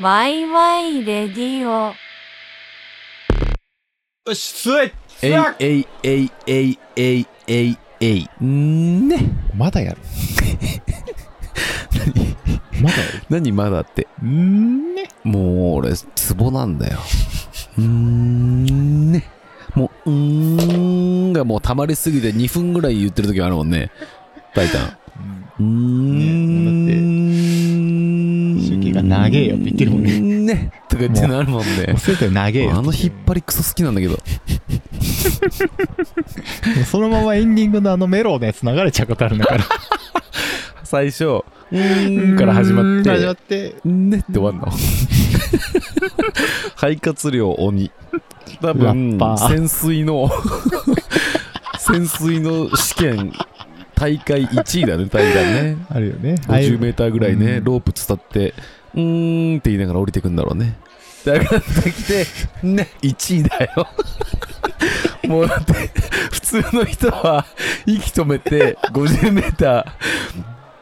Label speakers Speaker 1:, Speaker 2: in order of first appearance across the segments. Speaker 1: ワイワイレディオ。
Speaker 2: よし、スイッ
Speaker 3: えいえいえいえいえいえいえいんーね
Speaker 4: まだやる。何まだやる。
Speaker 3: 何まだって
Speaker 4: んーね。
Speaker 3: もう俺ツボなんだようーんねもううーんがもう溜まりすぎて2分ぐらい言ってる時あるもんねタイタンうーん
Speaker 4: ねだって集計が長えよって言ってるもんね
Speaker 3: ねとか言ってなるもんね
Speaker 4: セット長え
Speaker 3: あ
Speaker 4: よ。
Speaker 3: の引っ張りクソ好きなんだけど
Speaker 4: そのままエンディングのあのメロのやつ流れちゃうことあるんだから。
Speaker 3: 最初うーんから始まって
Speaker 4: 始まって。
Speaker 3: ねって終わんの 肺活量鬼多
Speaker 4: ラ
Speaker 3: 分
Speaker 4: ッパー
Speaker 3: 潜水 の潜水の試験大会1位だね大会ね
Speaker 4: あるよね。ああい
Speaker 3: 50m ぐらいね
Speaker 4: うん
Speaker 3: ロープ伝ってうーんって言いながら降りてくんだろうねだからできてね1位だ よもうだって普通の人は息止めて 50m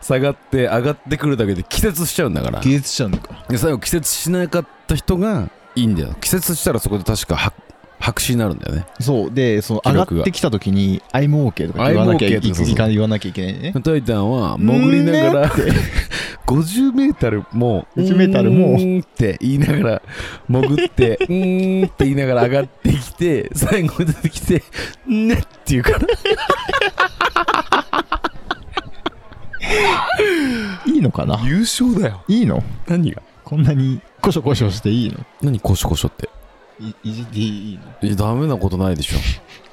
Speaker 3: 下がって上がってくるだけで気絶しちゃうんだから
Speaker 4: う技術者なのか。
Speaker 3: で最後気絶しなかった人がいいんだよ気絶したらそこで確か白白紙になるんだよね
Speaker 4: そう。で、その
Speaker 3: 記録
Speaker 4: 上
Speaker 3: が
Speaker 4: がってきたときに、I'm OK とか言わなきゃ
Speaker 3: I'm OK
Speaker 4: い
Speaker 3: ってそうそう
Speaker 4: か言わなきゃいけないね。
Speaker 3: タイタンは潜りながら 50m も
Speaker 4: 50m も
Speaker 3: うーんって言いながら潜って うーんって言いながら上がってきて最後出てきてねって言うから
Speaker 4: いいのかな
Speaker 3: 優勝だよ
Speaker 4: いいの
Speaker 3: 何が
Speaker 4: こんなにコショコショしていいの
Speaker 3: 何コショコショって
Speaker 4: いいじっていいの
Speaker 3: いやダメなことないでしょ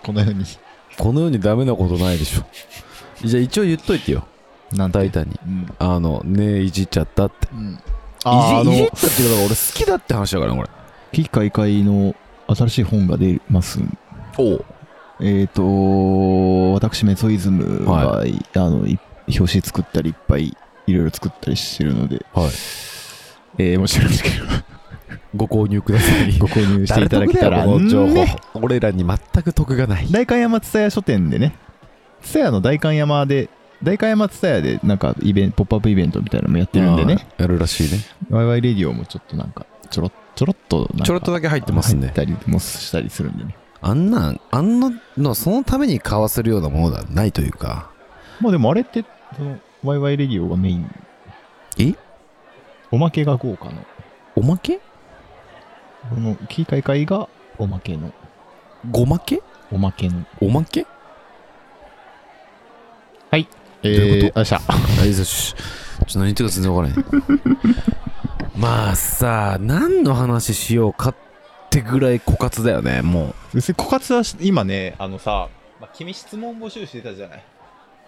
Speaker 4: このように。
Speaker 3: この世にダメなことないでしょじゃあ一応言っといてよ
Speaker 4: なん
Speaker 3: タ
Speaker 4: て
Speaker 3: イタンに
Speaker 4: うん。
Speaker 3: あのねえいじっちゃったって
Speaker 4: うん。
Speaker 3: いじいじっ
Speaker 4: の
Speaker 3: たってことが俺好きだって話だからねこれ
Speaker 4: 危機開会の新しい本が出ます。
Speaker 3: おう
Speaker 4: えっ、と、私、メソイズムが、
Speaker 3: は
Speaker 4: あの、い表紙作ったり、いっぱい、いろいろ作ったりしてるので、
Speaker 3: はい
Speaker 4: えー、もしよろしければ
Speaker 3: ご購入ください
Speaker 4: ご購入していただけたら、
Speaker 3: この情報、
Speaker 4: ね
Speaker 3: 俺らに全く得がない
Speaker 4: 代官山蔦屋書店でね、蔦屋の代官山で、代官山蔦屋で、なんか、イベント、ポップアップイベントみたいなのもやってるんでね、
Speaker 3: やるらしいね
Speaker 4: ワイワイレディオもちょっとなんか、ちょろっちょろっとなんか、
Speaker 3: ちょろっとだけ入ってますんで
Speaker 4: 入ったりもしたりするんでね。
Speaker 3: あんなんあんなのそのために買わせるようなものではないというか
Speaker 4: まあでもあれって、その、ワイワイレディオがメイン。
Speaker 3: え
Speaker 4: おまけが豪華の。
Speaker 3: おまけ
Speaker 4: この、キーカイカイがおまけの。
Speaker 3: ごまけ
Speaker 4: おまけの。
Speaker 3: おまけ
Speaker 4: え
Speaker 3: ういう
Speaker 4: とあした。
Speaker 3: あいさしちょっと何言ってるか全然わからない まあさ何の話しようかってぐらい枯渇だよねもう
Speaker 4: うせ、枯渇はし今ね、あのさ、まあ、君質問募集してたじゃない。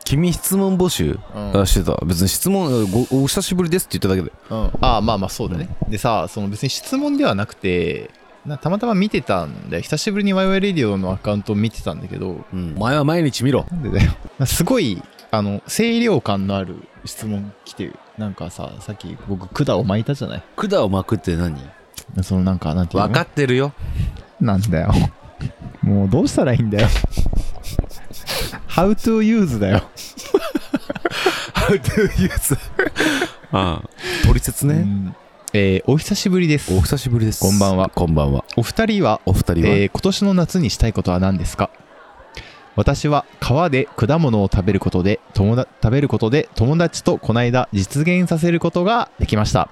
Speaker 3: 君質問募集
Speaker 4: うん。
Speaker 3: あしてた別に質問ごお久しぶりですって言っただけで
Speaker 4: ああ、まあまあそうだね。でさ、その別に質問ではなくて、なたまたま見てたんだよ。久しぶりにワイワイレディオのアカウントを見てたんだけど、
Speaker 3: お前は毎日見ろ
Speaker 4: なんでだよ。すごい、あの、清涼感のある質問来てる。なんかさ、さっき僕、管を巻いたじゃない。
Speaker 3: 管を巻くって何
Speaker 4: そのなんか、なんていうの
Speaker 3: 分かって るよ
Speaker 4: なんだよ。もうどうしたらいいんだよ。How to use だよ。
Speaker 3: How do you use? ああ取説ね、
Speaker 4: えーお久しぶりです。
Speaker 3: お久しぶりです
Speaker 4: こんばんは
Speaker 3: こんばんは
Speaker 4: お二人は、
Speaker 3: お二人は、
Speaker 4: えー今年の夏にしたいことは何ですか私は川で果物を食べることで友だ食べることで友達とこの間実現させることができました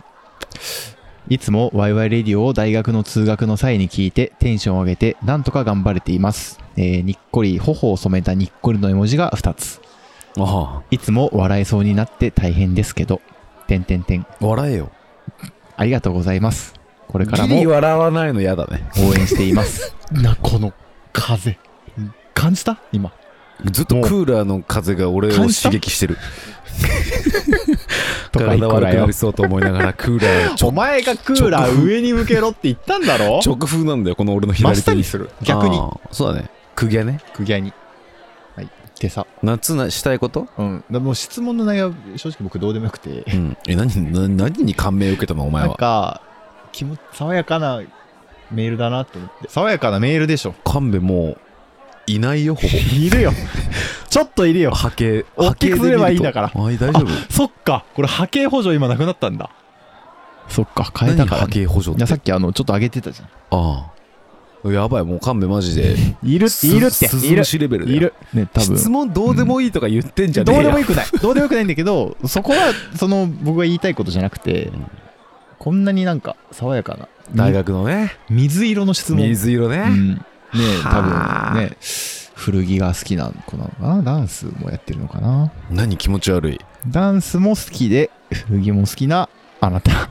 Speaker 4: いつもワイワイレディオを大学の通学の際に聞いてテンションを上げてなんとか頑張れています、えーにっこり頬を染めたにっこりの絵文字が2つ
Speaker 3: あ
Speaker 4: いつも笑えそうになって大変ですけど、てんてんてん、
Speaker 3: あ笑えよ
Speaker 4: ありがとうございます。これからも
Speaker 3: ギリ
Speaker 4: 応
Speaker 3: 笑わないの嫌だね
Speaker 4: 援しています。 な、この風。感じた今。
Speaker 3: ずっとクーラーの風が俺を刺激して る
Speaker 4: とか言
Speaker 3: 体
Speaker 4: っ
Speaker 3: 悪
Speaker 4: ら
Speaker 3: くな
Speaker 4: よ
Speaker 3: り。そうと思いながら クーラーを
Speaker 4: お前がクーラー上に向けろって言ったんだろ
Speaker 3: 直風なんだよこの俺の
Speaker 4: 真
Speaker 3: 左手
Speaker 4: 下に
Speaker 3: に
Speaker 4: する。逆に
Speaker 3: あ。あそうだね釘はね
Speaker 4: クギャに。はい。でさ、
Speaker 3: 夏なしたいこと
Speaker 4: うん。だもう質問の内容は正直僕どうでもよくて。
Speaker 3: うんえ何な何に感銘を受けたのお前
Speaker 4: なん
Speaker 3: は
Speaker 4: か、気持ち、爽やかなメールだなと思って。爽やかなメールでしょ。
Speaker 3: 神戸もういないよほぼ
Speaker 4: いるよ。ちょっといるよ。
Speaker 3: 波 形
Speaker 4: 大きくすればいいんだから
Speaker 3: 波形で見るとあ大丈夫
Speaker 4: そっか、これ波形補助今なくなったんだ。そっか 変えたか
Speaker 3: 何
Speaker 4: ら、
Speaker 3: 波
Speaker 4: ね、
Speaker 3: 形補助
Speaker 4: い
Speaker 3: っ
Speaker 4: や
Speaker 3: て
Speaker 4: さっきあのちょっと上げてたじゃん
Speaker 3: ああやばいもう勘弁マジで
Speaker 4: いる
Speaker 3: す
Speaker 4: いるって
Speaker 3: すず
Speaker 4: いる
Speaker 3: むしレベルだよ
Speaker 4: いるね多分
Speaker 3: 質問どうでもいいとか言ってんじゃね
Speaker 4: どう
Speaker 3: え
Speaker 4: で
Speaker 3: よ
Speaker 4: もよくないどうでもよくないんだけどそこはその僕が言いたいことじゃなくて、
Speaker 3: うん
Speaker 4: こんなになんか爽やかな
Speaker 3: 大学のね
Speaker 4: み水色の質問
Speaker 3: 水色ね、
Speaker 4: うん、ね多
Speaker 3: はあ
Speaker 4: 分ね古着が好きな子なのかなダンスもやってるのかな
Speaker 3: 何気持ち悪い
Speaker 4: ダンスも好きで古着も好きなあなた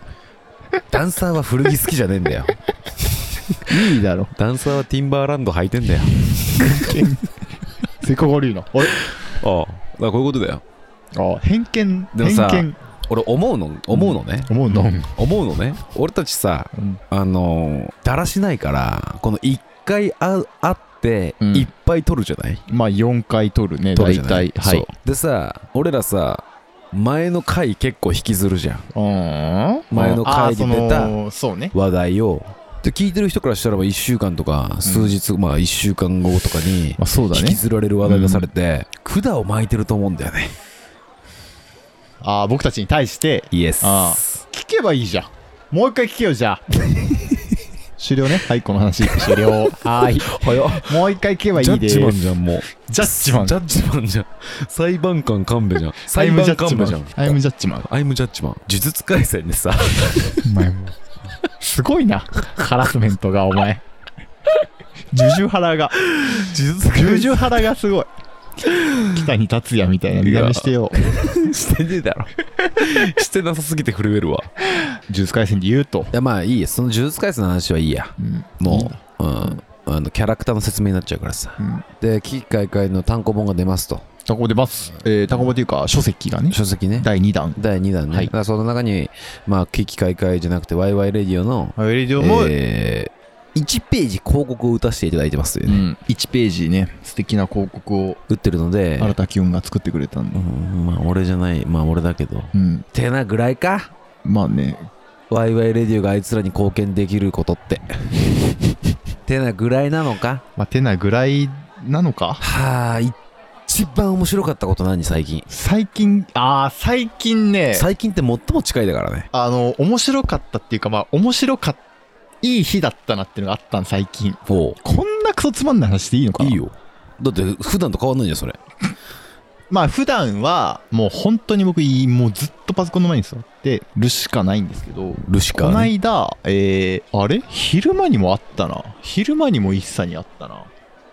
Speaker 3: ダンサーは古着好きじゃねえんだよ
Speaker 4: いいだろ
Speaker 3: ダンサーはティンバーランド履いてんだよ
Speaker 4: せっかく悪いな
Speaker 3: ああだからこういうことだよ
Speaker 4: あ偏見
Speaker 3: でもさ
Speaker 4: 偏見
Speaker 3: 俺思うの思うのね、
Speaker 4: 思うの、うん
Speaker 3: 思うのね俺たちさあのーだらしないからこの1回あ会って
Speaker 4: うん
Speaker 3: いっぱい撮るじゃない、
Speaker 4: まあ4回取るね
Speaker 3: 撮る
Speaker 4: 大
Speaker 3: じゃない
Speaker 4: 体は
Speaker 3: そ
Speaker 4: いう
Speaker 3: でさ俺らさ前の回結構引きずるじゃん
Speaker 4: うん
Speaker 3: 前の回に出た
Speaker 4: あーそのそうね
Speaker 3: 話題をで聞いてる人からしたらば1週間とか数日、まあ1週間後とかに
Speaker 4: まあそうだ
Speaker 3: 引き
Speaker 4: ね
Speaker 3: ずられる話題がされて、管を巻いてると思うんだよね
Speaker 4: ああ僕たちに対して
Speaker 3: イエス
Speaker 4: あ聞けばいいじゃんもう一回聞けよじ ゃあ終了ねはいこの話終了はーい
Speaker 3: 早っ
Speaker 4: もう一回聞けばい
Speaker 3: ジャ
Speaker 4: い
Speaker 3: ッ
Speaker 4: で
Speaker 3: ジマン
Speaker 4: す
Speaker 3: じゃんもう
Speaker 4: ジャッジマン
Speaker 3: ジャッジマンじゃん裁判官神戸じゃん
Speaker 4: タ
Speaker 3: 裁
Speaker 4: イムジャ
Speaker 3: 判
Speaker 4: ッジ
Speaker 3: 官
Speaker 4: マ
Speaker 3: 部じゃん
Speaker 4: ンタイムジャッジマン
Speaker 3: アイムジャッジマン呪術廻戦 でさ
Speaker 4: お前もうすごいなハラスメントがお前ジュジュハラが
Speaker 3: 呪術
Speaker 4: ジュ
Speaker 3: 廻
Speaker 4: ジュハラがすご い北に達也みたいな見た目してよ
Speaker 3: 戦 してねえだろしてなさすぎて震えるわ
Speaker 4: ジュース回線で言うと
Speaker 3: いやまあいいやその呪術廻戦の話はいいや
Speaker 4: うん
Speaker 3: もううんあのキャラクターの説明になっちゃうからさ
Speaker 4: うん
Speaker 3: で危機開会の単行本が出ますと
Speaker 4: タコボ出ますえータコボというか書籍がね
Speaker 3: 書籍ね
Speaker 4: 第2弾
Speaker 3: 第2弾ね、
Speaker 4: はい
Speaker 3: だからその中にまあ危機開会じゃなくてワイワイレディオの、
Speaker 4: エリディ
Speaker 3: えー、1ページ広告を打たせていただいてますというね、
Speaker 4: 1ページね素敵な広告を
Speaker 3: 打ってるので、
Speaker 4: 新田清音が作ってくれたん
Speaker 3: う
Speaker 4: だ
Speaker 3: ん、まあ俺じゃないまあ俺だけど
Speaker 4: うん
Speaker 3: てなぐらいか
Speaker 4: まあね
Speaker 3: ワイワイレディオがあいつらに貢献できることって てなぐらいなのか
Speaker 4: まあてなぐらいなのか
Speaker 3: はあ一番面白かったこと何最近
Speaker 4: 最近ああ最近ね
Speaker 3: 最近って最も近いだからね
Speaker 4: あの面白かったっていうかまあ面白かっいい日だったなっていうのがあったん最近
Speaker 3: お
Speaker 4: こんなクソつまんない話でいいのかない
Speaker 3: いよだって普段と変わんないじゃんそれ
Speaker 4: まあ普段はもう本当に僕いいもうずっとパソコンの前に座ってるしかないんですけど
Speaker 3: ルシカ
Speaker 4: こ
Speaker 3: ね、
Speaker 4: ないだ、えー、あれ昼間にもあったな昼間にも一茶にあったな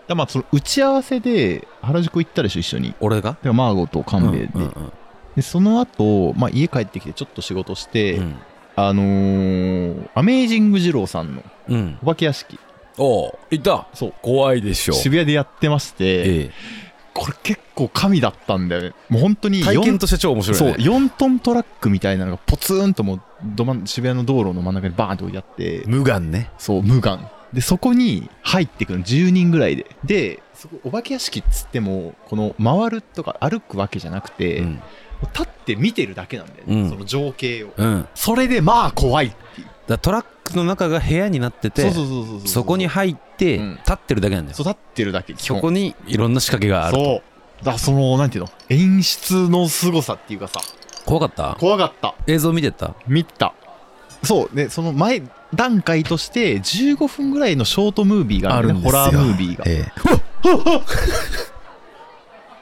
Speaker 4: だまあその打ち合わせで原宿行ったでしょ一緒に
Speaker 3: 俺が
Speaker 4: でマーゴと
Speaker 3: うん
Speaker 4: 勘
Speaker 3: う
Speaker 4: 兵
Speaker 3: ん
Speaker 4: 衛で,、
Speaker 3: うん
Speaker 4: でその後、まあ家帰ってきてちょっと仕事して、
Speaker 3: うん
Speaker 4: あのーアメージング二郎さんの
Speaker 3: うん
Speaker 4: お化け屋敷
Speaker 3: おういた
Speaker 4: そう
Speaker 3: 怖いでしょ
Speaker 4: 渋谷でやってまして、
Speaker 3: え
Speaker 4: これ結構神だったんだよねもう本当に
Speaker 3: え
Speaker 4: 4
Speaker 3: 体験として超面白い
Speaker 4: そう
Speaker 3: よね
Speaker 4: 4トントラックみたいなのがポツンともうど真ん渋谷の道路の真ん中にバーンと置いてあって
Speaker 3: 無眼ね
Speaker 4: そう無眼でそこに入ってくるの10人ぐらいででそこお化け屋敷っつってもこの回るとか歩くわけじゃなくて、
Speaker 3: う
Speaker 4: も
Speaker 3: ん
Speaker 4: う立って見てるだけなんだよね、
Speaker 3: うん
Speaker 4: その情景を
Speaker 3: うんだか
Speaker 4: それでまあ怖いっていう
Speaker 3: らトラックの中が部屋になってて
Speaker 4: うそうそうそう
Speaker 3: そこに入って
Speaker 4: うん
Speaker 3: 立ってるだけなんだよ
Speaker 4: そう立ってるだけ基
Speaker 3: そ
Speaker 4: 本
Speaker 3: こにいろんな仕掛けがある
Speaker 4: そうだからそのなんていうの演出の凄さっていうかさ
Speaker 3: 怖かった
Speaker 4: 怖かった
Speaker 3: 映像見てた
Speaker 4: 見たそうでその前段階として15分ぐらいのショートムービーがある,、ね、ホラームービーが
Speaker 3: え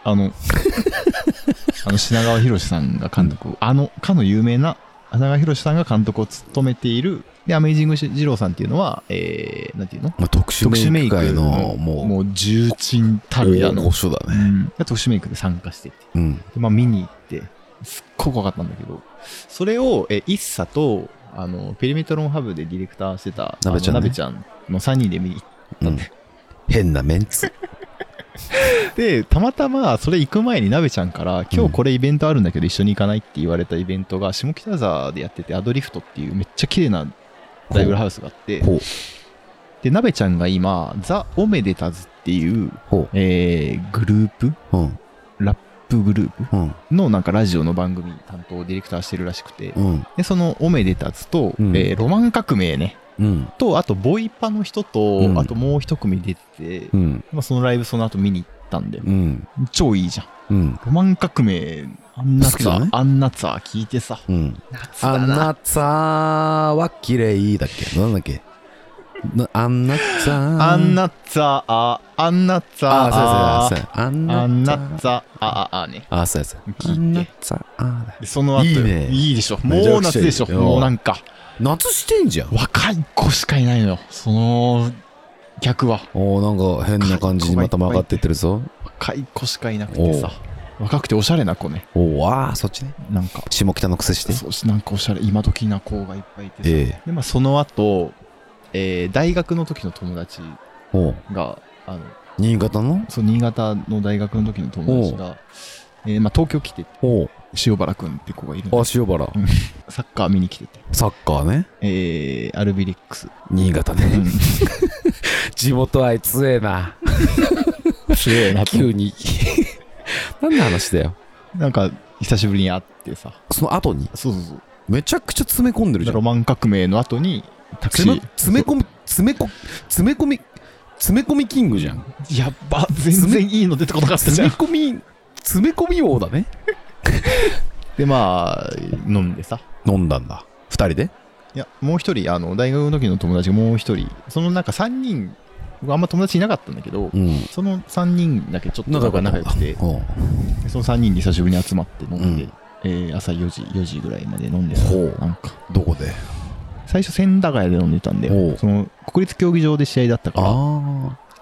Speaker 4: あの あの品川博さんが監督をあのかの有名な品川博さんが監督を務めているでアメイジング二郎さんっていうのはえー、なんていうの
Speaker 3: まあ、特殊
Speaker 4: 特殊メ
Speaker 3: メ
Speaker 4: イ
Speaker 3: イ
Speaker 4: ク
Speaker 3: ク界
Speaker 4: の
Speaker 3: の
Speaker 4: も
Speaker 3: もう
Speaker 4: う重鎮たるや
Speaker 3: 大
Speaker 4: の、
Speaker 3: 御所だ
Speaker 4: う
Speaker 3: ね
Speaker 4: んが特殊メイクで参加してて
Speaker 3: うん
Speaker 4: で、まあ、見に行って、すっごく怖かったんだけど、それを、え、一茶と、あの、ペリメトロンハブでディレクターしてた、
Speaker 3: なべちゃんね
Speaker 4: あのなべちゃんの3人で見に行
Speaker 3: うん変なメンツ
Speaker 4: って、たまたま、それ行く前になべちゃんから、今日これイベントあるんだけど一緒に行かないって言われたイベントが、下北沢でやってて、アドリフトっていうめっちゃ綺麗なライブハウスがあって、
Speaker 3: ほう
Speaker 4: で、なべちゃんが今、ザ・オメデタズっていう、
Speaker 3: ほ
Speaker 4: えー、グループ、
Speaker 3: ううん
Speaker 4: ラップグルー
Speaker 3: う
Speaker 4: プ
Speaker 3: ん
Speaker 4: のなんかラジオの番組担当ディレクターしてるらしくて、
Speaker 3: うん
Speaker 4: でそのオメデタツと、
Speaker 3: うん
Speaker 4: えーロマン革命ね
Speaker 3: うん
Speaker 4: とあとボイパの人と、
Speaker 3: うん
Speaker 4: あともう一組出てて、
Speaker 3: うん
Speaker 4: まあ、そのライブその後見に行っったんで、
Speaker 3: うん
Speaker 4: 超いいじゃん。
Speaker 3: うん
Speaker 4: ロマン革命、あんな
Speaker 3: 好き
Speaker 4: ツア
Speaker 3: だ
Speaker 4: ー、
Speaker 3: ね
Speaker 4: あんなツアー聞いてさ。
Speaker 3: うん
Speaker 4: 夏
Speaker 3: あ
Speaker 4: だ
Speaker 3: ん
Speaker 4: な。
Speaker 3: なツァーは綺麗だっけなんだっけなあんなツァー
Speaker 4: あんなツアー、あんなツア
Speaker 3: あ
Speaker 4: ー
Speaker 3: そう、やそうやそうやあん
Speaker 4: あん
Speaker 3: な
Speaker 4: な
Speaker 3: ツァー
Speaker 4: ツアー、あああね。
Speaker 3: あそうやそうや
Speaker 4: 聞
Speaker 3: あ
Speaker 4: いて
Speaker 3: んなツァーだ
Speaker 4: でその後
Speaker 3: い
Speaker 4: よ
Speaker 3: いね
Speaker 4: いいでしょ。
Speaker 3: めちゃくちゃいい
Speaker 4: もう夏でしょ。
Speaker 3: うん
Speaker 4: もうなんか、
Speaker 3: 夏してんじゃん
Speaker 4: 若い子しかいないのよ。その、逆は。
Speaker 3: おーなんか変な感じにまた曲がってってるぞ
Speaker 4: 若い子しかいなくてさ。若くておしゃれな子ね。
Speaker 3: おおわあそっちね
Speaker 4: なんか、
Speaker 3: 下北の癖して
Speaker 4: そうしなんかおしゃれ、今時な子がいっぱいいてさ。
Speaker 3: ええ
Speaker 4: で、まあその後、えー大学の時の友達
Speaker 3: おう
Speaker 4: が、あの、
Speaker 3: 新潟の
Speaker 4: そう、新潟の大学の時の友達が、えーまあ東京来てて、
Speaker 3: おう
Speaker 4: 塩原くんって子がいるん
Speaker 3: あ
Speaker 4: で
Speaker 3: 塩原
Speaker 4: サッカー見に来てて、
Speaker 3: サッカーね
Speaker 4: えー、アルビレックス。
Speaker 3: 新潟
Speaker 4: う
Speaker 3: ね
Speaker 4: ん
Speaker 3: 地元愛強えな
Speaker 4: 強えなと思っ
Speaker 3: 急に 何の話だよ
Speaker 4: てなんか、久しぶりに会ってさ、
Speaker 3: その後に
Speaker 4: そうそうそう。
Speaker 3: めちゃくちゃ詰め込んでるじゃ
Speaker 4: ロ
Speaker 3: ん
Speaker 4: マン革命の後に、タクシ
Speaker 3: 詰め
Speaker 4: ー。
Speaker 3: 詰め込み詰めこ詰め込み詰め込みキングじゃん
Speaker 4: そうやっば、全然いいの出てこなかったじ
Speaker 3: 詰
Speaker 4: ゃ
Speaker 3: め込
Speaker 4: ん。
Speaker 3: み詰め込み王だね
Speaker 4: で、まあ、飲んでさ。
Speaker 3: 飲んだんだ2人で
Speaker 4: いや、もう一人、あの、大学の時の友達がもう一人、そのなんか3人、僕あんま友達いなかったんだけど、
Speaker 3: うん
Speaker 4: その3人だけちょっとなんか仲良くて、
Speaker 3: おう
Speaker 4: でその3人で久しぶりに集まって飲んで、
Speaker 3: うん
Speaker 4: えー朝4時、4時ぐらいまで飲んでさ、
Speaker 3: ほう
Speaker 4: なんか、
Speaker 3: どこで
Speaker 4: 最初千駄ヶ谷で飲んでたんだ
Speaker 3: ほ
Speaker 4: よ。
Speaker 3: う
Speaker 4: その、国立競技場で試合だったから、
Speaker 3: あ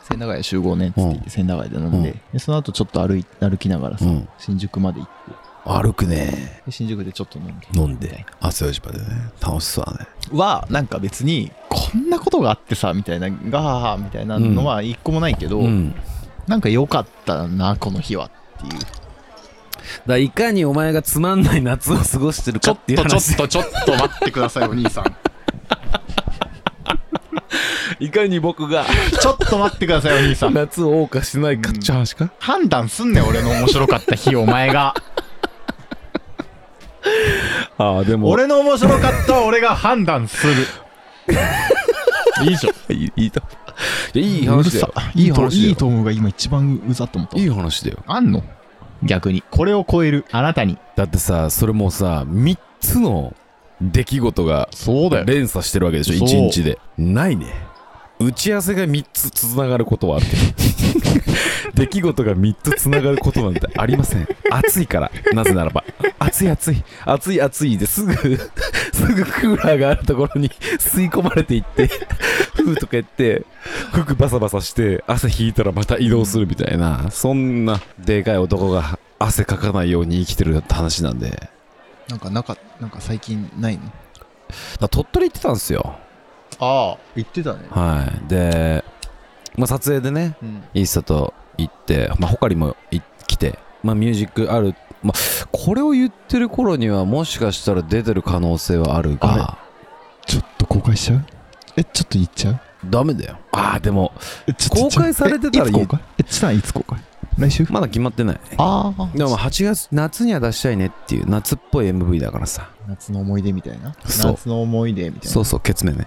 Speaker 4: 千駄ヶ谷集合ねっつって言っ
Speaker 3: う
Speaker 4: て、千駄ヶ谷で飲んで、
Speaker 3: うん
Speaker 4: でその後ちょっと歩い歩きながら
Speaker 3: あ
Speaker 4: さ、
Speaker 3: うん
Speaker 4: 新宿まで行って、
Speaker 3: 歩くね
Speaker 4: で新宿でちょっと飲んで。
Speaker 3: 飲ん
Speaker 4: みたい
Speaker 3: で
Speaker 4: な
Speaker 3: 朝4時までね楽しそうだね
Speaker 4: は、なんか別に、こんなことがあってさ、みたいな、ガーハーみたいなのは一個もないけど、
Speaker 3: ん
Speaker 4: なんか良かったな、この日はっていう。
Speaker 3: だいかにお前がつまんない夏を過ごしてる
Speaker 4: ち
Speaker 3: か
Speaker 4: ょ
Speaker 3: っ
Speaker 4: って
Speaker 3: いう
Speaker 4: と、
Speaker 3: 話
Speaker 4: ちょっと、ちょっと待ってください、お兄さん。
Speaker 3: いかに僕が
Speaker 4: ちょっと待ってください、お兄さん。
Speaker 3: 夏を謳歌してないかっちゃう話か、
Speaker 4: 判断すんねん俺の面白かった日お前が
Speaker 3: ああでも
Speaker 4: 俺の面白かったは俺が判断するいいじゃん
Speaker 3: いいいいといやいい話だよ
Speaker 4: うるさ
Speaker 3: いい話だよ
Speaker 4: いいと思うが今一番うざっと思った
Speaker 3: いい話だよ
Speaker 4: あんの逆にこれを超えるあなたに
Speaker 3: だってさそれもさ3つの出来事が
Speaker 4: そう
Speaker 3: 連鎖してるわけでしょ
Speaker 4: そう
Speaker 3: 1日でないね打ち合わせが3つつながることはある けど出来事が3つつながることなんてありません暑いからなぜならば暑い暑い暑い暑いですぐすぐクーラーがあるところに 吸い込まれていってふーとか言って服バサバサして汗引いたらまた移動するみたいなそんなでかい男が汗かかないように生きてるって話なんで
Speaker 4: なんかなんかなんか最近ないの
Speaker 3: だ鳥取行ってたんですよ
Speaker 4: ああ言ってたね
Speaker 3: はい、で、まあ、撮影でね
Speaker 4: うん
Speaker 3: イースタと行って、まあ、他にもい来て、まあ、ミュージックある、まあ、これを言ってる頃にはもしかしたら出てる可能性はあるが
Speaker 4: ちょっと公開しちゃうえちょっと言っちゃう
Speaker 3: ダメだよああでも
Speaker 4: えちょ
Speaker 3: 公開されてたら
Speaker 4: えい
Speaker 3: いい
Speaker 4: つ公開えちないつ公開来週
Speaker 3: まだ決まってない
Speaker 4: ああ
Speaker 3: でもまあ8月夏には出したいねっていう夏っぽい MV だからさ
Speaker 4: 夏の思い出みたいな
Speaker 3: そう
Speaker 4: 夏の思い出みたいな
Speaker 3: そうそうケツメね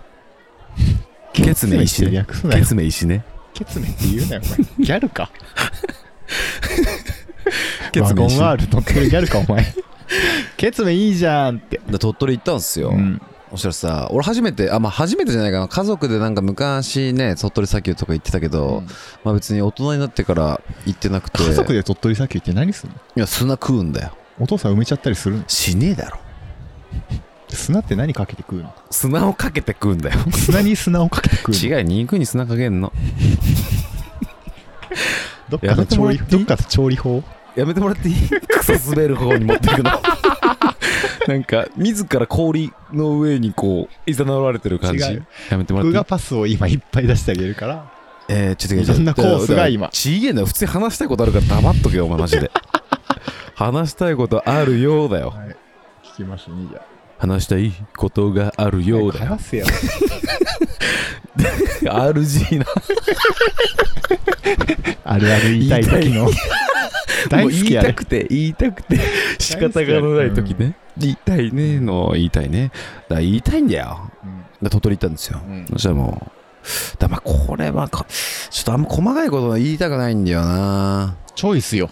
Speaker 3: ケツメ石ね
Speaker 4: 略すな
Speaker 3: ケ
Speaker 4: よ
Speaker 3: ツメ石ね
Speaker 4: ケツメって言うなよ、お前。ギャルか。
Speaker 3: ケツメ石
Speaker 4: ル乗ってるギャルか、お前。ケツメいいじゃんって。
Speaker 3: で鳥取行ったんすよ、
Speaker 4: うん。
Speaker 3: そしたらさ俺初めてあまあ初めてじゃないかな家族でなんか昔ね鳥取砂丘とか行ってたけど、まあ別に大人になってから行ってなくて
Speaker 4: 家族で鳥取砂丘って何するの
Speaker 3: いや砂食うんだよ
Speaker 4: お父さん埋めちゃったりするの
Speaker 3: しねえだろ
Speaker 4: 砂って何かけて食うの
Speaker 3: 砂をかけて食うんだよ
Speaker 4: 砂に砂をかけて食うの
Speaker 3: 違う肉に砂かけんの
Speaker 4: どっ
Speaker 3: や
Speaker 4: か
Speaker 3: め
Speaker 4: の
Speaker 3: ても
Speaker 4: 調
Speaker 3: らっ
Speaker 4: 理
Speaker 3: ていい
Speaker 4: どっかの調理法
Speaker 3: やめてもらっていい クソ滑る方に持っていく のなんか自ら氷の上にこういざなられてる感じ
Speaker 4: 違う
Speaker 3: やめてもらって
Speaker 4: 僕
Speaker 3: い
Speaker 4: が
Speaker 3: い
Speaker 4: パスを今いっぱい出してあげるから。
Speaker 3: えー、ちょっと待って
Speaker 4: いろんなコースが今
Speaker 3: ちげえな普通に話したいことあるから黙っとけよお前マジで話したいことあるようだよ
Speaker 4: はい。聞きましたね、じゃ
Speaker 3: 話したいことがある
Speaker 4: あ。
Speaker 3: ようだよ
Speaker 4: 早く話せよ。
Speaker 3: RG な
Speaker 4: あるある言いたい時の。大好きや
Speaker 3: もう言いた
Speaker 4: ね。
Speaker 3: くて言いたくて 仕方がない時ね、言いたいねの言いたいねだから言いたいんだよだから鳥取行ったんですよ、
Speaker 4: うん
Speaker 3: そしたらもうだまあこれはかちょっとあんま細かいことは言いたくないんだよな
Speaker 4: チョイスよ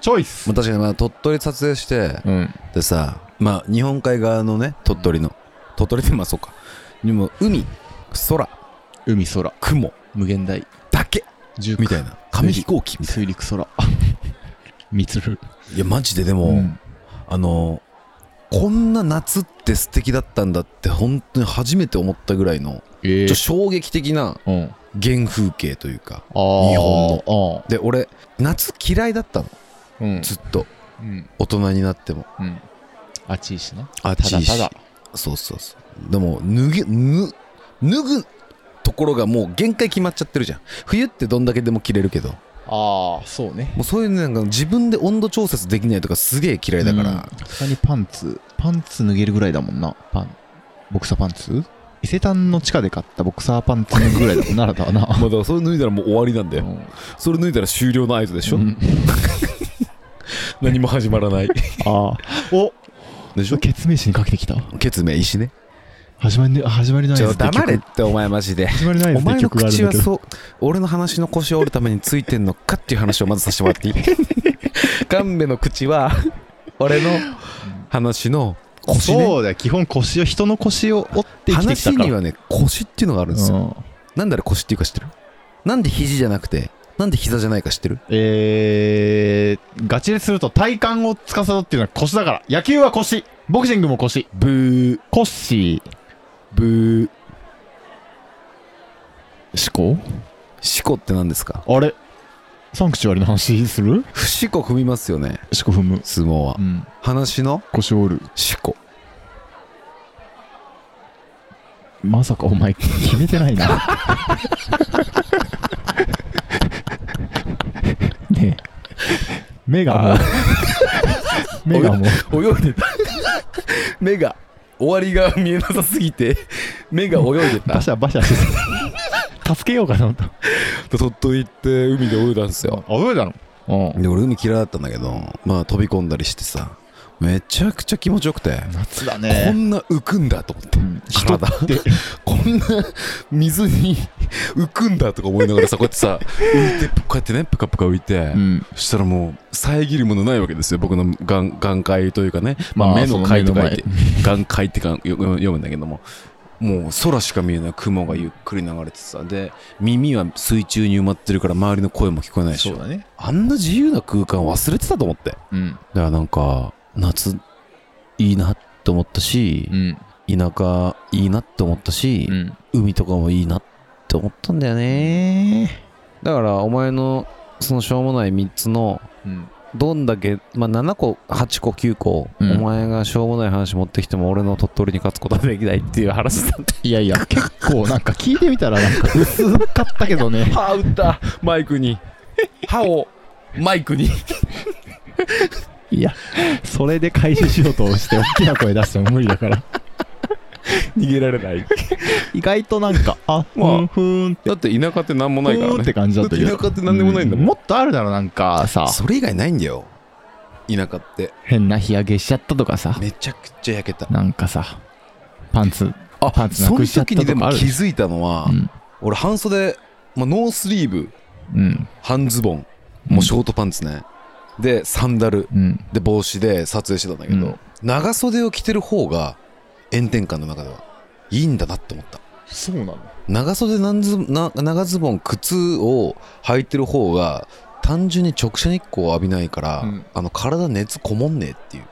Speaker 4: チョイス
Speaker 3: まあ確かにまあ鳥取撮影して
Speaker 4: うん
Speaker 3: でさまあ日本海側のね鳥取の鳥取ってまあそうかでも海空
Speaker 4: 海空
Speaker 3: 雲
Speaker 4: 無限大
Speaker 3: だけ
Speaker 4: 重
Speaker 3: みたいな紙飛行機みたい
Speaker 4: 水陸空みつる
Speaker 3: ないやマジででも、
Speaker 4: うん
Speaker 3: あのこんな夏って素敵だったんだって本当に初めて思ったぐらいの
Speaker 4: え
Speaker 3: ち
Speaker 4: え
Speaker 3: ょ衝撃的な
Speaker 4: うん
Speaker 3: 原風景というか
Speaker 4: あー
Speaker 3: 日本で俺夏嫌いだったの
Speaker 4: あーうん
Speaker 3: ずっと
Speaker 4: うん
Speaker 3: 大人になっても
Speaker 4: うんあっちいしな
Speaker 3: あった
Speaker 4: だ
Speaker 3: ちいした
Speaker 4: だ
Speaker 3: そうそうそうでも脱げぬ脱ぐところがもう限界決まっちゃってるじゃん冬ってどんだけでも着れるけども
Speaker 4: ああそうね
Speaker 3: うそういうねなんか自分で温度調節できないとかすげえ嫌いだから、
Speaker 4: うん他にパンツパンツ脱げるぐらいだもんなパンボクサーパンツ伊勢丹の地下で買ったボクサーパンツ脱ぐぐらいだもんなあなたはな
Speaker 3: まあだからそれ脱いだらもう終わりなんだ
Speaker 4: うん
Speaker 3: それ脱いだら終了の合図でし
Speaker 4: うん
Speaker 3: 何も始まらない
Speaker 4: ああお
Speaker 3: でしょ
Speaker 4: ケツメイシにかけてきた
Speaker 3: ケツメ石ね
Speaker 4: 始まりねあ始まりない
Speaker 3: ち
Speaker 4: で
Speaker 3: ょ
Speaker 4: す
Speaker 3: 黙れっ
Speaker 4: 曲
Speaker 3: てお前マジで
Speaker 4: 始まりないで
Speaker 3: お
Speaker 4: すって
Speaker 3: 前の
Speaker 4: 曲がある
Speaker 3: 口
Speaker 4: んだ
Speaker 3: は
Speaker 4: けど
Speaker 3: そう俺の話の腰を折るためについてんのかっていう話をまずさせてもらっ ていいカンメの口は俺の話の腰ね
Speaker 4: そうだよ基本腰を人の腰を折って生きてきた
Speaker 3: 話
Speaker 4: から
Speaker 3: にはね腰っていうのがあるんですよ、
Speaker 4: うん
Speaker 3: なんであれ腰っていうか知ってるなんで肘じゃなくてなんで膝じゃないか知ってる
Speaker 4: えー、ガチですると体幹を司っているのは腰だから野球は腰ボクシングも腰
Speaker 3: ブー
Speaker 4: 腰
Speaker 3: ブー
Speaker 4: 思考
Speaker 3: 四股って何ですか
Speaker 4: あれサンクチュアリの話する
Speaker 3: 不四股踏みますよね
Speaker 4: 思考踏む
Speaker 3: 相撲は
Speaker 4: うん
Speaker 3: 話の
Speaker 4: 腰折る
Speaker 3: 四股
Speaker 4: まさかお前決めてない なねえ目がもう目がもう
Speaker 3: 泳いでた目が終わりが見えなさすぎて目が泳いで
Speaker 4: バシャバシャして助けようかなと
Speaker 3: 鳥取行って海で泳いだんですよ
Speaker 4: 危ないだろうん
Speaker 3: で俺海嫌いだったんだけどまあ飛び込んだりしてさめちゃくちゃ気持ちよくて、
Speaker 4: 夏だ
Speaker 3: こんな浮くんだと思って、
Speaker 4: うん人
Speaker 3: 体こんな水に浮くんだとか思いながらさこうやってさ浮いてこうやってねプカプカ浮いて、
Speaker 4: うん
Speaker 3: そしたらもう遮るものないわけですよ僕の眼眼界というかね、ま
Speaker 4: ま
Speaker 3: あ、
Speaker 4: あ
Speaker 3: 目の界と書いて
Speaker 4: そ
Speaker 3: 眼界ってかよ読むんだけどももう空しか見えない雲がゆっくり流れてさで耳は水中に埋まってるから周りの声も聞こえないでし
Speaker 4: そう
Speaker 3: ょ
Speaker 4: だね
Speaker 3: あんな自由な空間忘れてたと思ってだか
Speaker 4: うん
Speaker 3: らなんか夏いいなって思ったし
Speaker 4: う、ん
Speaker 3: 田舎いいなって思ったし
Speaker 4: う、ん
Speaker 3: 海とかもいいなって思ったんだよねだからお前のそのしょうもない3つの
Speaker 4: うん
Speaker 3: どんだけ、まあ、7個8個9個、
Speaker 4: うん
Speaker 3: お前がしょうもない話持ってきても俺の鳥取に勝つことはできないっていう話だった
Speaker 4: いやいや結構なんか聞いてみたらなんか薄かったけどね
Speaker 3: 歯打ったマイク に歯をマイクに
Speaker 4: いやそれで回収しようとして大きな声出しても無理だから
Speaker 3: 逃げられない
Speaker 4: 意外となんかあふ
Speaker 3: まあ
Speaker 4: ーんふーんって
Speaker 3: だって田舎って何も
Speaker 4: ふーんって感じだったけど
Speaker 3: だって田舎って何でもないんだもん
Speaker 4: もっとあるだろなんかさ
Speaker 3: それ以外ないんだよ田舎って
Speaker 4: 変な日焼けしちゃったとかさ
Speaker 3: めちゃくちゃ焼けた
Speaker 4: なんかさパンツ
Speaker 3: あ
Speaker 4: パンツな
Speaker 3: その
Speaker 4: くしちゃった
Speaker 3: 時にで
Speaker 4: とか
Speaker 3: も
Speaker 4: ある
Speaker 3: 気づいたのは、
Speaker 4: うん
Speaker 3: 俺半袖、まあ、ノースリーブ
Speaker 4: うん
Speaker 3: 半ズボンもうショートパンツね、でサンダル
Speaker 4: うん
Speaker 3: で帽子で撮影してたんだけど、
Speaker 4: うん
Speaker 3: 長袖を着てる方が炎天下の中ではいいんだなって思った
Speaker 4: そうなの
Speaker 3: 長袖なんずな長ズボン靴を履いてる方が単純に直射日光を浴びないから、
Speaker 4: うん
Speaker 3: あの体熱こもんねえっていう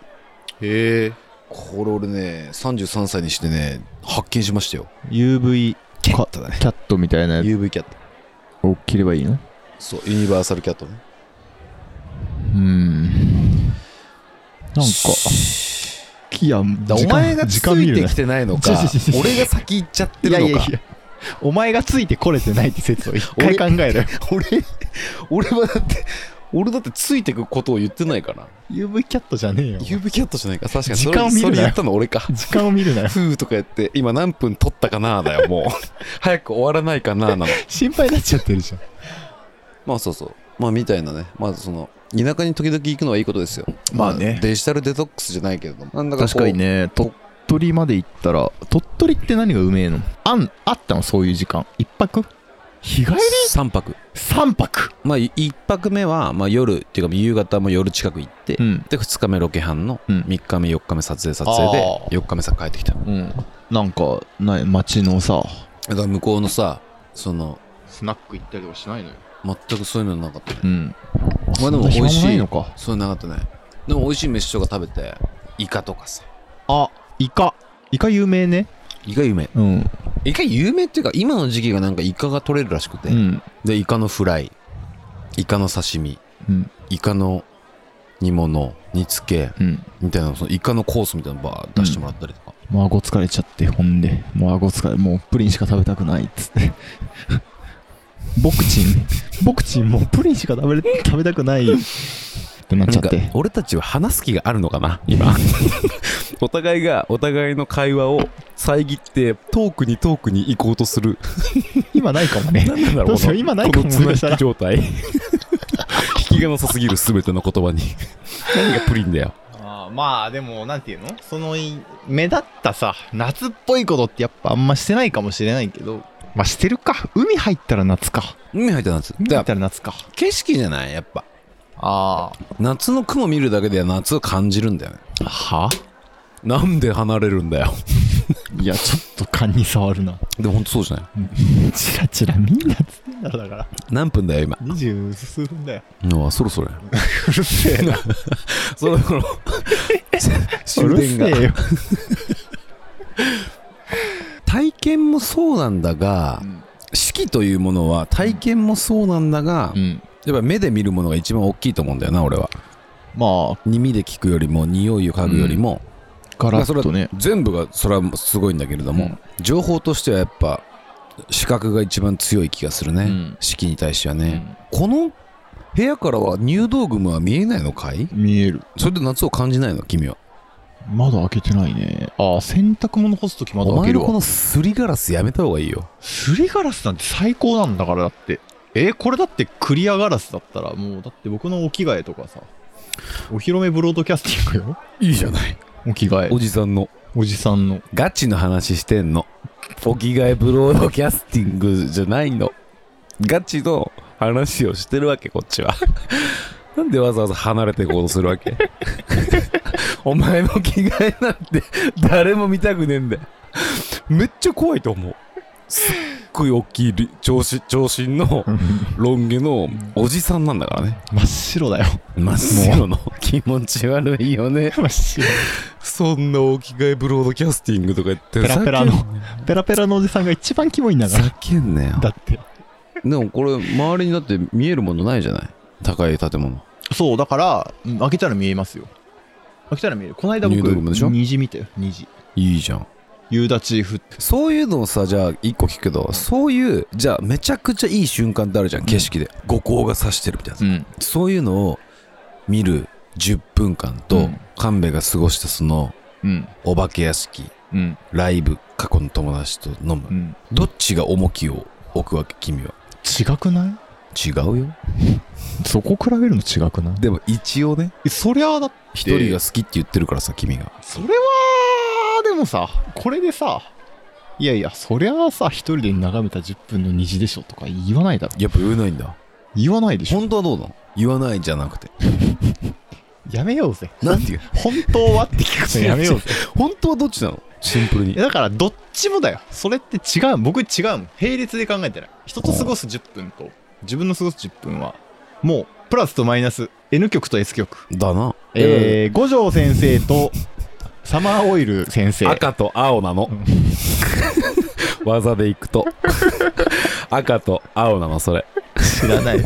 Speaker 4: へえ
Speaker 3: これ俺ね33歳にしてね発見しましたよ
Speaker 4: UV
Speaker 3: キャットだね
Speaker 4: キャットみたいなや
Speaker 3: UV キャット
Speaker 4: つを着ればいいの
Speaker 3: そうユニバーサルキャットね
Speaker 4: うんなんかいや
Speaker 3: だからお前がついてきてないのか
Speaker 4: 時間見る ね
Speaker 3: 俺が先行っちゃって
Speaker 4: いや
Speaker 3: る
Speaker 4: い
Speaker 3: の
Speaker 4: や
Speaker 3: か
Speaker 4: いやお前がついてこれてないって説を一回考えろよ
Speaker 3: 俺俺はだって俺だってついてくことを言ってないから
Speaker 4: UV キャットじゃねえよ
Speaker 3: UV キャットじゃないか確かにそ
Speaker 4: 時間
Speaker 3: れ
Speaker 4: を見るな
Speaker 3: そ
Speaker 4: よ
Speaker 3: れ言ったの俺か
Speaker 4: 時間を見るな よ
Speaker 3: ふーとかやって今何分撮ったかなーだよもう 早く終わらないかなーなの
Speaker 4: 心配になっちゃってるじゃん
Speaker 3: まあそうそうまあみたいなねまずその田舎に時々行くのはいいことですよ
Speaker 4: まあね
Speaker 3: デジタルデトックスじゃないけれどもなんだかこう
Speaker 4: ね
Speaker 3: と
Speaker 4: 取まで行ったら鳥取って何がうめえのあんあったのそういう時間一泊日帰り
Speaker 3: 3泊
Speaker 4: 三泊
Speaker 3: まあ1泊目は、まあ、夜っていうか夕方も夜近く行って、
Speaker 4: うん
Speaker 3: で2日目ロケ班の
Speaker 4: うん
Speaker 3: 3日目4日目撮影撮影
Speaker 4: あ
Speaker 3: で4日目さ帰ってきた
Speaker 4: うんなんかな街のさ
Speaker 3: だから向こうのさその
Speaker 4: スナック行ったりとかしないのよ
Speaker 3: 全くそういうのなかったね
Speaker 4: うん
Speaker 3: まあでも
Speaker 4: そんな
Speaker 3: 美
Speaker 4: 暇
Speaker 3: 味
Speaker 4: もな
Speaker 3: しい
Speaker 4: いのか
Speaker 3: そういうのなかったねでも美味しい飯とか食べてイカとかさ
Speaker 4: あイカイカ有名ね
Speaker 3: イカ有名
Speaker 4: うん
Speaker 3: イカ有名っていうか今の時期がなんかイカが取れるらしくて、
Speaker 4: うん
Speaker 3: でイカのフライイカの刺身
Speaker 4: うん
Speaker 3: イカの煮物煮つけ
Speaker 4: うん
Speaker 3: みたいなそのイカのコースみたいなのバーッ出してもらったりとか、
Speaker 4: もう顎疲れちゃってほんでもう顎疲れもうプリンしか食べたくないっつって ボクチ ンボクチンもうプリンしか食べれ食べたくないってなっ
Speaker 3: な
Speaker 4: ち
Speaker 3: ん
Speaker 4: ゃっ
Speaker 3: か
Speaker 4: て
Speaker 3: 俺たちは話す気があるのかな今お互いがお互いの会話を遮ってトークにトークに行こうとする
Speaker 4: 今ないかもね
Speaker 3: なんだろう
Speaker 4: どう
Speaker 3: こ
Speaker 4: しよ
Speaker 3: の
Speaker 4: う今ないかも
Speaker 3: この綱
Speaker 4: もしかした
Speaker 3: 引
Speaker 4: ら
Speaker 3: き状態引きがなさすぎる全ての言 葉に何がプリンだよ
Speaker 4: あーまあでもなんていうのそのい目立ったさ夏っぽいことってやっぱあんましてないかもしれないけどまあしてるか海入ったら夏か
Speaker 3: 海入った夏
Speaker 4: 海
Speaker 3: だ
Speaker 4: 入っ
Speaker 3: か
Speaker 4: た
Speaker 3: ら
Speaker 4: ら夏か
Speaker 3: 景色じゃないやっぱ
Speaker 4: あ
Speaker 3: 夏の雲見るだけでは夏を感じるんだよね
Speaker 4: あは
Speaker 3: なんで離れるんだよ
Speaker 4: いやちょっと勘に触るな
Speaker 3: でもほんとそうじゃない
Speaker 4: チラチラみんなつってんだろだから
Speaker 3: 何分だよ今
Speaker 4: 二十数分だよ
Speaker 3: ああそろそろや
Speaker 4: うるせえな
Speaker 3: そろそろ
Speaker 4: う
Speaker 3: 終
Speaker 4: る
Speaker 3: 電
Speaker 4: せ
Speaker 3: が
Speaker 4: えよ
Speaker 3: 体験もそうなんだが四季というものは体験もそうなんだが、
Speaker 4: うん
Speaker 3: やっぱ目で見るものが一番大きいと思うんだよな俺は
Speaker 4: まあ
Speaker 3: 耳で聞くよりも匂いを嗅ぐよりも、
Speaker 4: ガ
Speaker 3: ま
Speaker 4: ラ
Speaker 3: あそれ
Speaker 4: ッとね
Speaker 3: は全部がそれはすごいんだけれども、
Speaker 4: うん
Speaker 3: 情報としてはやっぱ視覚が一番強い気がするね、
Speaker 4: うん
Speaker 3: 四季に対してはね、この部屋からは入道雲は見えないのかい
Speaker 4: うん見える
Speaker 3: それで夏を感じないの君は
Speaker 4: 窓開けてないねああ洗濯物干す時窓
Speaker 3: お
Speaker 4: 開
Speaker 3: 前
Speaker 4: ける
Speaker 3: の
Speaker 4: わ
Speaker 3: このすりガラスやめた方がいいよ
Speaker 4: すりガラスなんて最高なんだからだってえーこれだってクリアガラスだったらもうだって僕のお着替えとかさお披露目ブロードキャスティングよ
Speaker 3: いいじゃない
Speaker 4: お着替え
Speaker 3: おじさんの
Speaker 4: おじさんの
Speaker 3: ガチの話してんのお着替えブロードキャスティングじゃないのガチの話をしてるわけこっちは なんでわざわざ離れていこうとするわけ お前の着替えなんて誰も見たくねえんだよめっちゃ怖いと思うすっごい大きいり長身長身のロン毛のおじさんなんだからね
Speaker 4: 真っ白だよ
Speaker 3: 真っ白の気持ち悪いよね
Speaker 4: 真っ白
Speaker 3: そんなお着替えブロードキャスティングとか言って
Speaker 4: ペラペラのペラペラのおじさんが一番キモいんだ
Speaker 3: ふ
Speaker 4: から
Speaker 3: ざけんなよ
Speaker 4: だって
Speaker 3: でもこれ周りにだって見えるものないじゃない高い建物
Speaker 4: そうだからうん開けたら見えますよ開けたら見えるこの間僕
Speaker 3: 入道雲でしょ
Speaker 4: 虹見たよ虹
Speaker 3: いいじゃん
Speaker 4: 夕立降って
Speaker 3: そういうのをさじゃあ一個聞くけどそういうじゃあめちゃくちゃいい瞬間ってあるじゃん景色で五光が差してるみたいなさ、
Speaker 4: ん
Speaker 3: そういうのを見る10分間と、
Speaker 4: うん
Speaker 3: 神戸が過ごしたその
Speaker 4: うん
Speaker 3: お化け屋敷
Speaker 4: うん
Speaker 3: ライブ過去の友達と飲む、
Speaker 4: うん
Speaker 3: どっちが重きを置くわけ君は
Speaker 4: 違くな
Speaker 3: 違うよ
Speaker 4: いそこ比べるの違くない
Speaker 3: でも一応ね
Speaker 4: えそりゃだって
Speaker 3: 一人が好きって言ってるからさ君が
Speaker 4: それはでもさこれでさいやいやそりゃあさ一人で眺めた10分の虹でしょとか言わないだろ
Speaker 3: やっぱ言えないんだ
Speaker 4: 言わないでしょ
Speaker 3: 本当はどうなの言わないじゃな くて
Speaker 4: やめようぜ
Speaker 3: なんていう
Speaker 4: 本当はって聞くのやめようぜ
Speaker 3: 本当はどっちなのシンプル
Speaker 4: い
Speaker 3: に
Speaker 4: やだからどっちもだよそれって違う僕違うもん並列で考えてない人と過ごす10分と自分の過ごす10分はもうプラスとマイナス N 曲と S 曲
Speaker 3: だな
Speaker 4: えー、五条先生とサマーオイル先生
Speaker 3: 赤と青なの 技でいく と赤と青なのそれ
Speaker 4: 知ら ない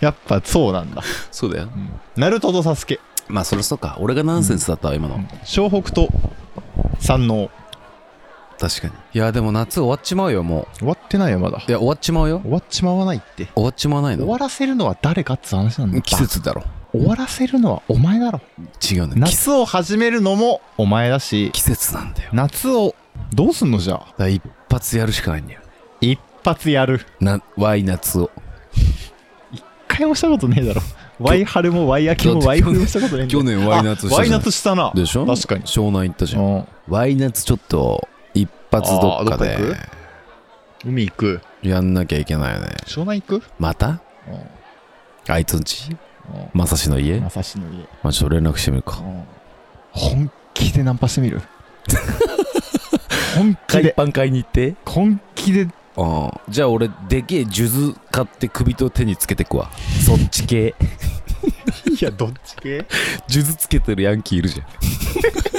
Speaker 4: やっぱそうなんだ、
Speaker 3: そうだよ
Speaker 4: ナルトとサスケ
Speaker 3: まあそれそうか俺がナンセンスだったわ今の
Speaker 4: 湘北と山王
Speaker 3: 確かにいやでも夏終わっちまうよも
Speaker 4: 終わってないよまだ
Speaker 3: ういや終わっちまうよ
Speaker 4: 終わっちまわないって
Speaker 3: 終わっちまわない
Speaker 4: 終わ
Speaker 3: の
Speaker 4: らせるのは誰かって話なんだ
Speaker 3: 季節だろ
Speaker 4: 終わらせるのはお前だろ
Speaker 3: 違うね季
Speaker 4: 夏を始めるのもお前だし
Speaker 3: 季節なんだよだか
Speaker 4: 夏をどうすんのじゃあ
Speaker 3: ら一発やるしかないんだよ
Speaker 4: 一発やる
Speaker 3: なワイ夏を
Speaker 4: 一回もしたことねえだろワイ春もワイ秋
Speaker 3: だ
Speaker 4: も
Speaker 3: っ
Speaker 4: ワ
Speaker 3: て
Speaker 4: イ冬もしたことないんだ
Speaker 3: 去年ワイナツしたじゃん
Speaker 4: あワイナツしたな
Speaker 3: でしょ
Speaker 4: 確かに
Speaker 3: 湘南行ったじゃん
Speaker 4: うん
Speaker 3: ワイナツちょっと一発どっか
Speaker 4: あ
Speaker 3: で
Speaker 4: ーどっか海行く
Speaker 3: やんなきゃいけないよね
Speaker 4: 湘南行く
Speaker 3: また
Speaker 4: うんうん
Speaker 3: あいつんちまさしの家
Speaker 4: まさしの家
Speaker 3: まあちょっと連絡してみるか
Speaker 4: うん本気でナンパしてみる本気で
Speaker 3: 板買いに行って
Speaker 4: 本気で
Speaker 3: ああじゃあ俺でけえ数珠買って首と手につけてくわそっち系
Speaker 4: いやどっち系
Speaker 3: 数珠つけてるヤンキーいるじ ゃ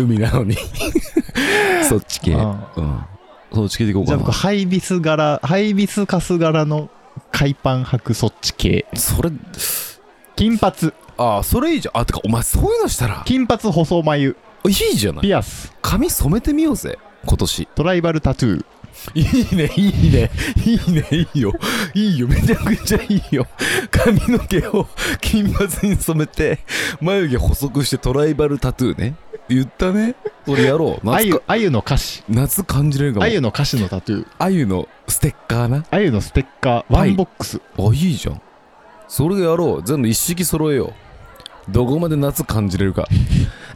Speaker 3: ん海なのにそっち系うん
Speaker 4: あ
Speaker 3: そっち系でいこう
Speaker 4: じゃ
Speaker 3: か
Speaker 4: あ
Speaker 3: な
Speaker 4: 僕ハイビス柄ハイビスカス柄の海パン履くそっち系
Speaker 3: それ
Speaker 4: 金髪
Speaker 3: ああそれいいじゃんあてかお前そういうのしたら
Speaker 4: 金髪細眉
Speaker 3: いいじゃない
Speaker 4: ピアス
Speaker 3: 髪染めてみようぜ今年
Speaker 4: トライバルタトゥー
Speaker 3: いいねいいねいいねいいよいいよめちゃくちゃいいよ髪の毛を金髪に染めて眉毛細くしてトライバルタトゥーね言ったねそれやろう
Speaker 4: あ
Speaker 3: 夏
Speaker 4: ゆ
Speaker 3: か
Speaker 4: あゆの歌詞
Speaker 3: 夏感じれるかも
Speaker 4: あゆの歌詞のタトゥー
Speaker 3: あゆのステッカーな
Speaker 4: あゆのステッカーワンボックス
Speaker 3: あいいじゃんそれやろう全部一式揃えようどこまで夏感じれ るか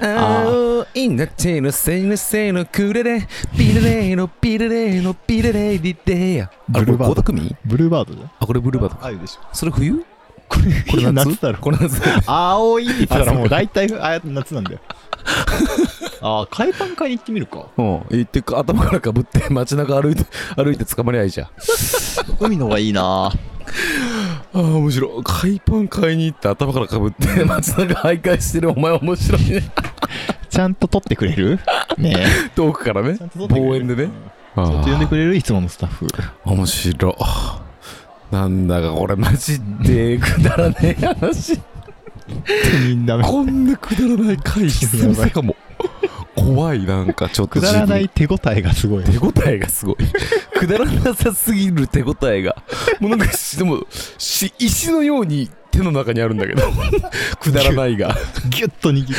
Speaker 4: あ
Speaker 3: 青い夏のせいのせいのくれれピレレのピレレのピレレディデやあれこ
Speaker 4: ブル
Speaker 3: れ
Speaker 4: ーバード
Speaker 3: 倖田組
Speaker 4: ブルーバードじゃん
Speaker 3: あこれブルーバード
Speaker 4: あゆでしょ
Speaker 3: それ冬
Speaker 4: これ
Speaker 3: これ夏
Speaker 4: だろ
Speaker 3: これ夏だ
Speaker 4: 青いって言ったらもう大体あ夏 なんだよああ海パン買いに行ってみるか
Speaker 3: うん行ってか頭からかぶって 街中歩いて歩いて捕まりゃいいじゃんあ
Speaker 4: 海の方がいいな
Speaker 3: あ面白い海パン買いに行って頭からかぶって 街中徘徊してるお前面白い ね
Speaker 4: ちゃんと撮ってくれ るねえ
Speaker 3: 遠くからね
Speaker 4: ちゃんと撮ってくれる
Speaker 3: 望遠で
Speaker 4: うん
Speaker 3: ね
Speaker 4: ちょっと呼んでくれるいつものスタッフ
Speaker 3: 面白なんだかこれマジでくだらねえ話
Speaker 4: みんな
Speaker 3: こんなくだらない回 久々かも怖いなんかちょっと
Speaker 4: く
Speaker 3: 自
Speaker 4: だ
Speaker 3: 分
Speaker 4: らない手応えがすごい
Speaker 3: 手応えがすごい くだらなさすぎる手応えがもうなんかしでもし石のように手の中にあるんだけど くだらないが
Speaker 4: ギュッと握って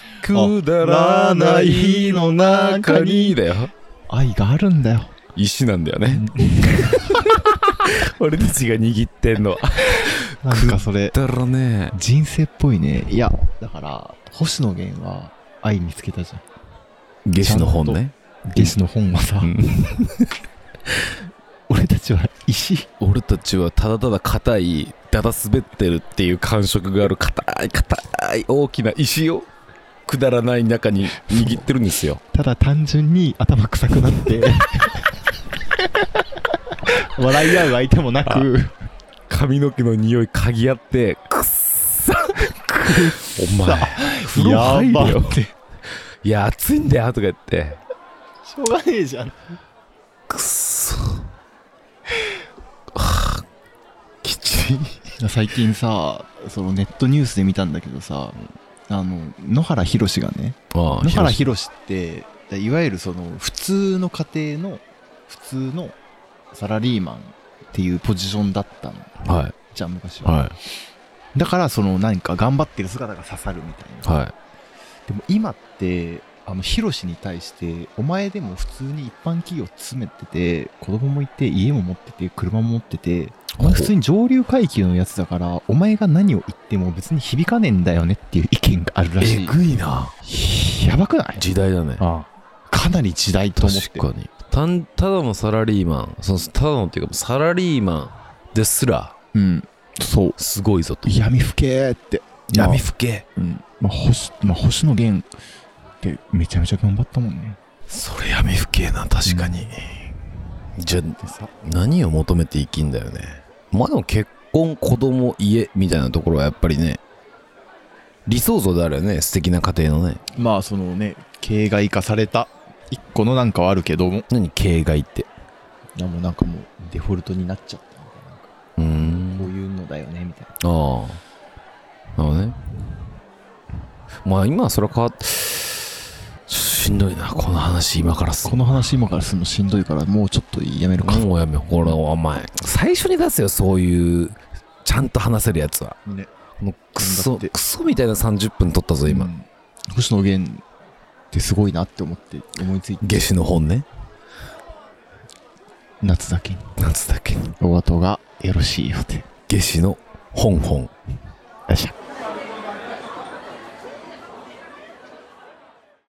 Speaker 3: くだらないの中にだよ
Speaker 4: 愛があるんだよ
Speaker 3: 石なんだよ ね俺たちが握ってんのは
Speaker 4: なんかそれ
Speaker 3: くだらね
Speaker 4: 人生っぽいねいやだから星野源は愛見つけたじゃん
Speaker 3: え下
Speaker 4: 肢の本ねゲスの本はさ、 俺たちは石
Speaker 3: 俺たちはただただ硬いだだ滑ってるっていう感触がある硬い硬い大きな石をくだらない中に握ってるんですよ
Speaker 4: ただ単純に頭臭くなって 笑い合う相手もなく
Speaker 3: 髪の毛の匂い嗅ぎ合ってくっさお前風呂入れ
Speaker 4: や
Speaker 3: よ
Speaker 4: ばって
Speaker 3: いや暑いんだよとか言って
Speaker 4: しょうがねえじゃん
Speaker 3: くっそはあきちい
Speaker 4: 最近さそのネットニュースで見たんだけどさあの野原宏がね
Speaker 3: あ
Speaker 4: 野原宏っていわゆるその普通の家庭の普通のサラリーマンっていうポジションだったの
Speaker 3: は
Speaker 4: じゃん昔
Speaker 3: い
Speaker 4: は、
Speaker 3: は
Speaker 4: だからその何か頑張ってる姿が刺さるみたい
Speaker 3: い
Speaker 4: な、
Speaker 3: は
Speaker 4: でも今ってあのヒロシに対してお前でも普通に一般企業詰めてて子供もいて家も持ってて車も持っててお前普通に上流階級のやつだからお前が何を言っても別に響かねえんだよねっていう意見があるらし
Speaker 3: いえ
Speaker 4: い
Speaker 3: ぐいな
Speaker 4: やばくない
Speaker 3: 時代だね
Speaker 4: かなり時代と思って
Speaker 3: 確かにたんただのサラリーマンそのただのっていうかサラリーマンですら
Speaker 4: うんそう
Speaker 3: すごいぞと
Speaker 4: 闇ふけーって
Speaker 3: 闇ふけ
Speaker 4: うんまあ、星まあ星野源ってめちゃめちゃ頑張ったもんね
Speaker 3: それ闇ふけな確かに、じゃあ
Speaker 4: でさ
Speaker 3: 何を求めて生きんだよねまあでも結婚子供家みたいなところはやっぱりね理想像であるよね素敵な家庭のね
Speaker 4: まあそのね形骸化された一個のなんかはあるけども
Speaker 3: 何形骸って
Speaker 4: いやもうなんかもうデフォルトになっちゃったのかなんか
Speaker 3: うー
Speaker 4: こうんいうのだよねみたいな
Speaker 3: ああなるほどねまあ今はそれは変わっしんどいなこの話今からすんの
Speaker 4: この話今からするのしんどいからもうちょっとやめるか、
Speaker 3: もうやめようこれはお前最初に出すよそういうちゃんと話せるやつは
Speaker 4: ね
Speaker 3: このク
Speaker 4: だ
Speaker 3: ソ
Speaker 4: って
Speaker 3: クソみたいな30分撮ったぞ今、
Speaker 4: うん星野源ってすごいなって思って思いついて
Speaker 3: 夏至の本ね
Speaker 4: 夏だけに
Speaker 3: 夏だけに
Speaker 4: お後がよろしいよって
Speaker 3: 夏至の
Speaker 5: 本本
Speaker 3: よっしゃ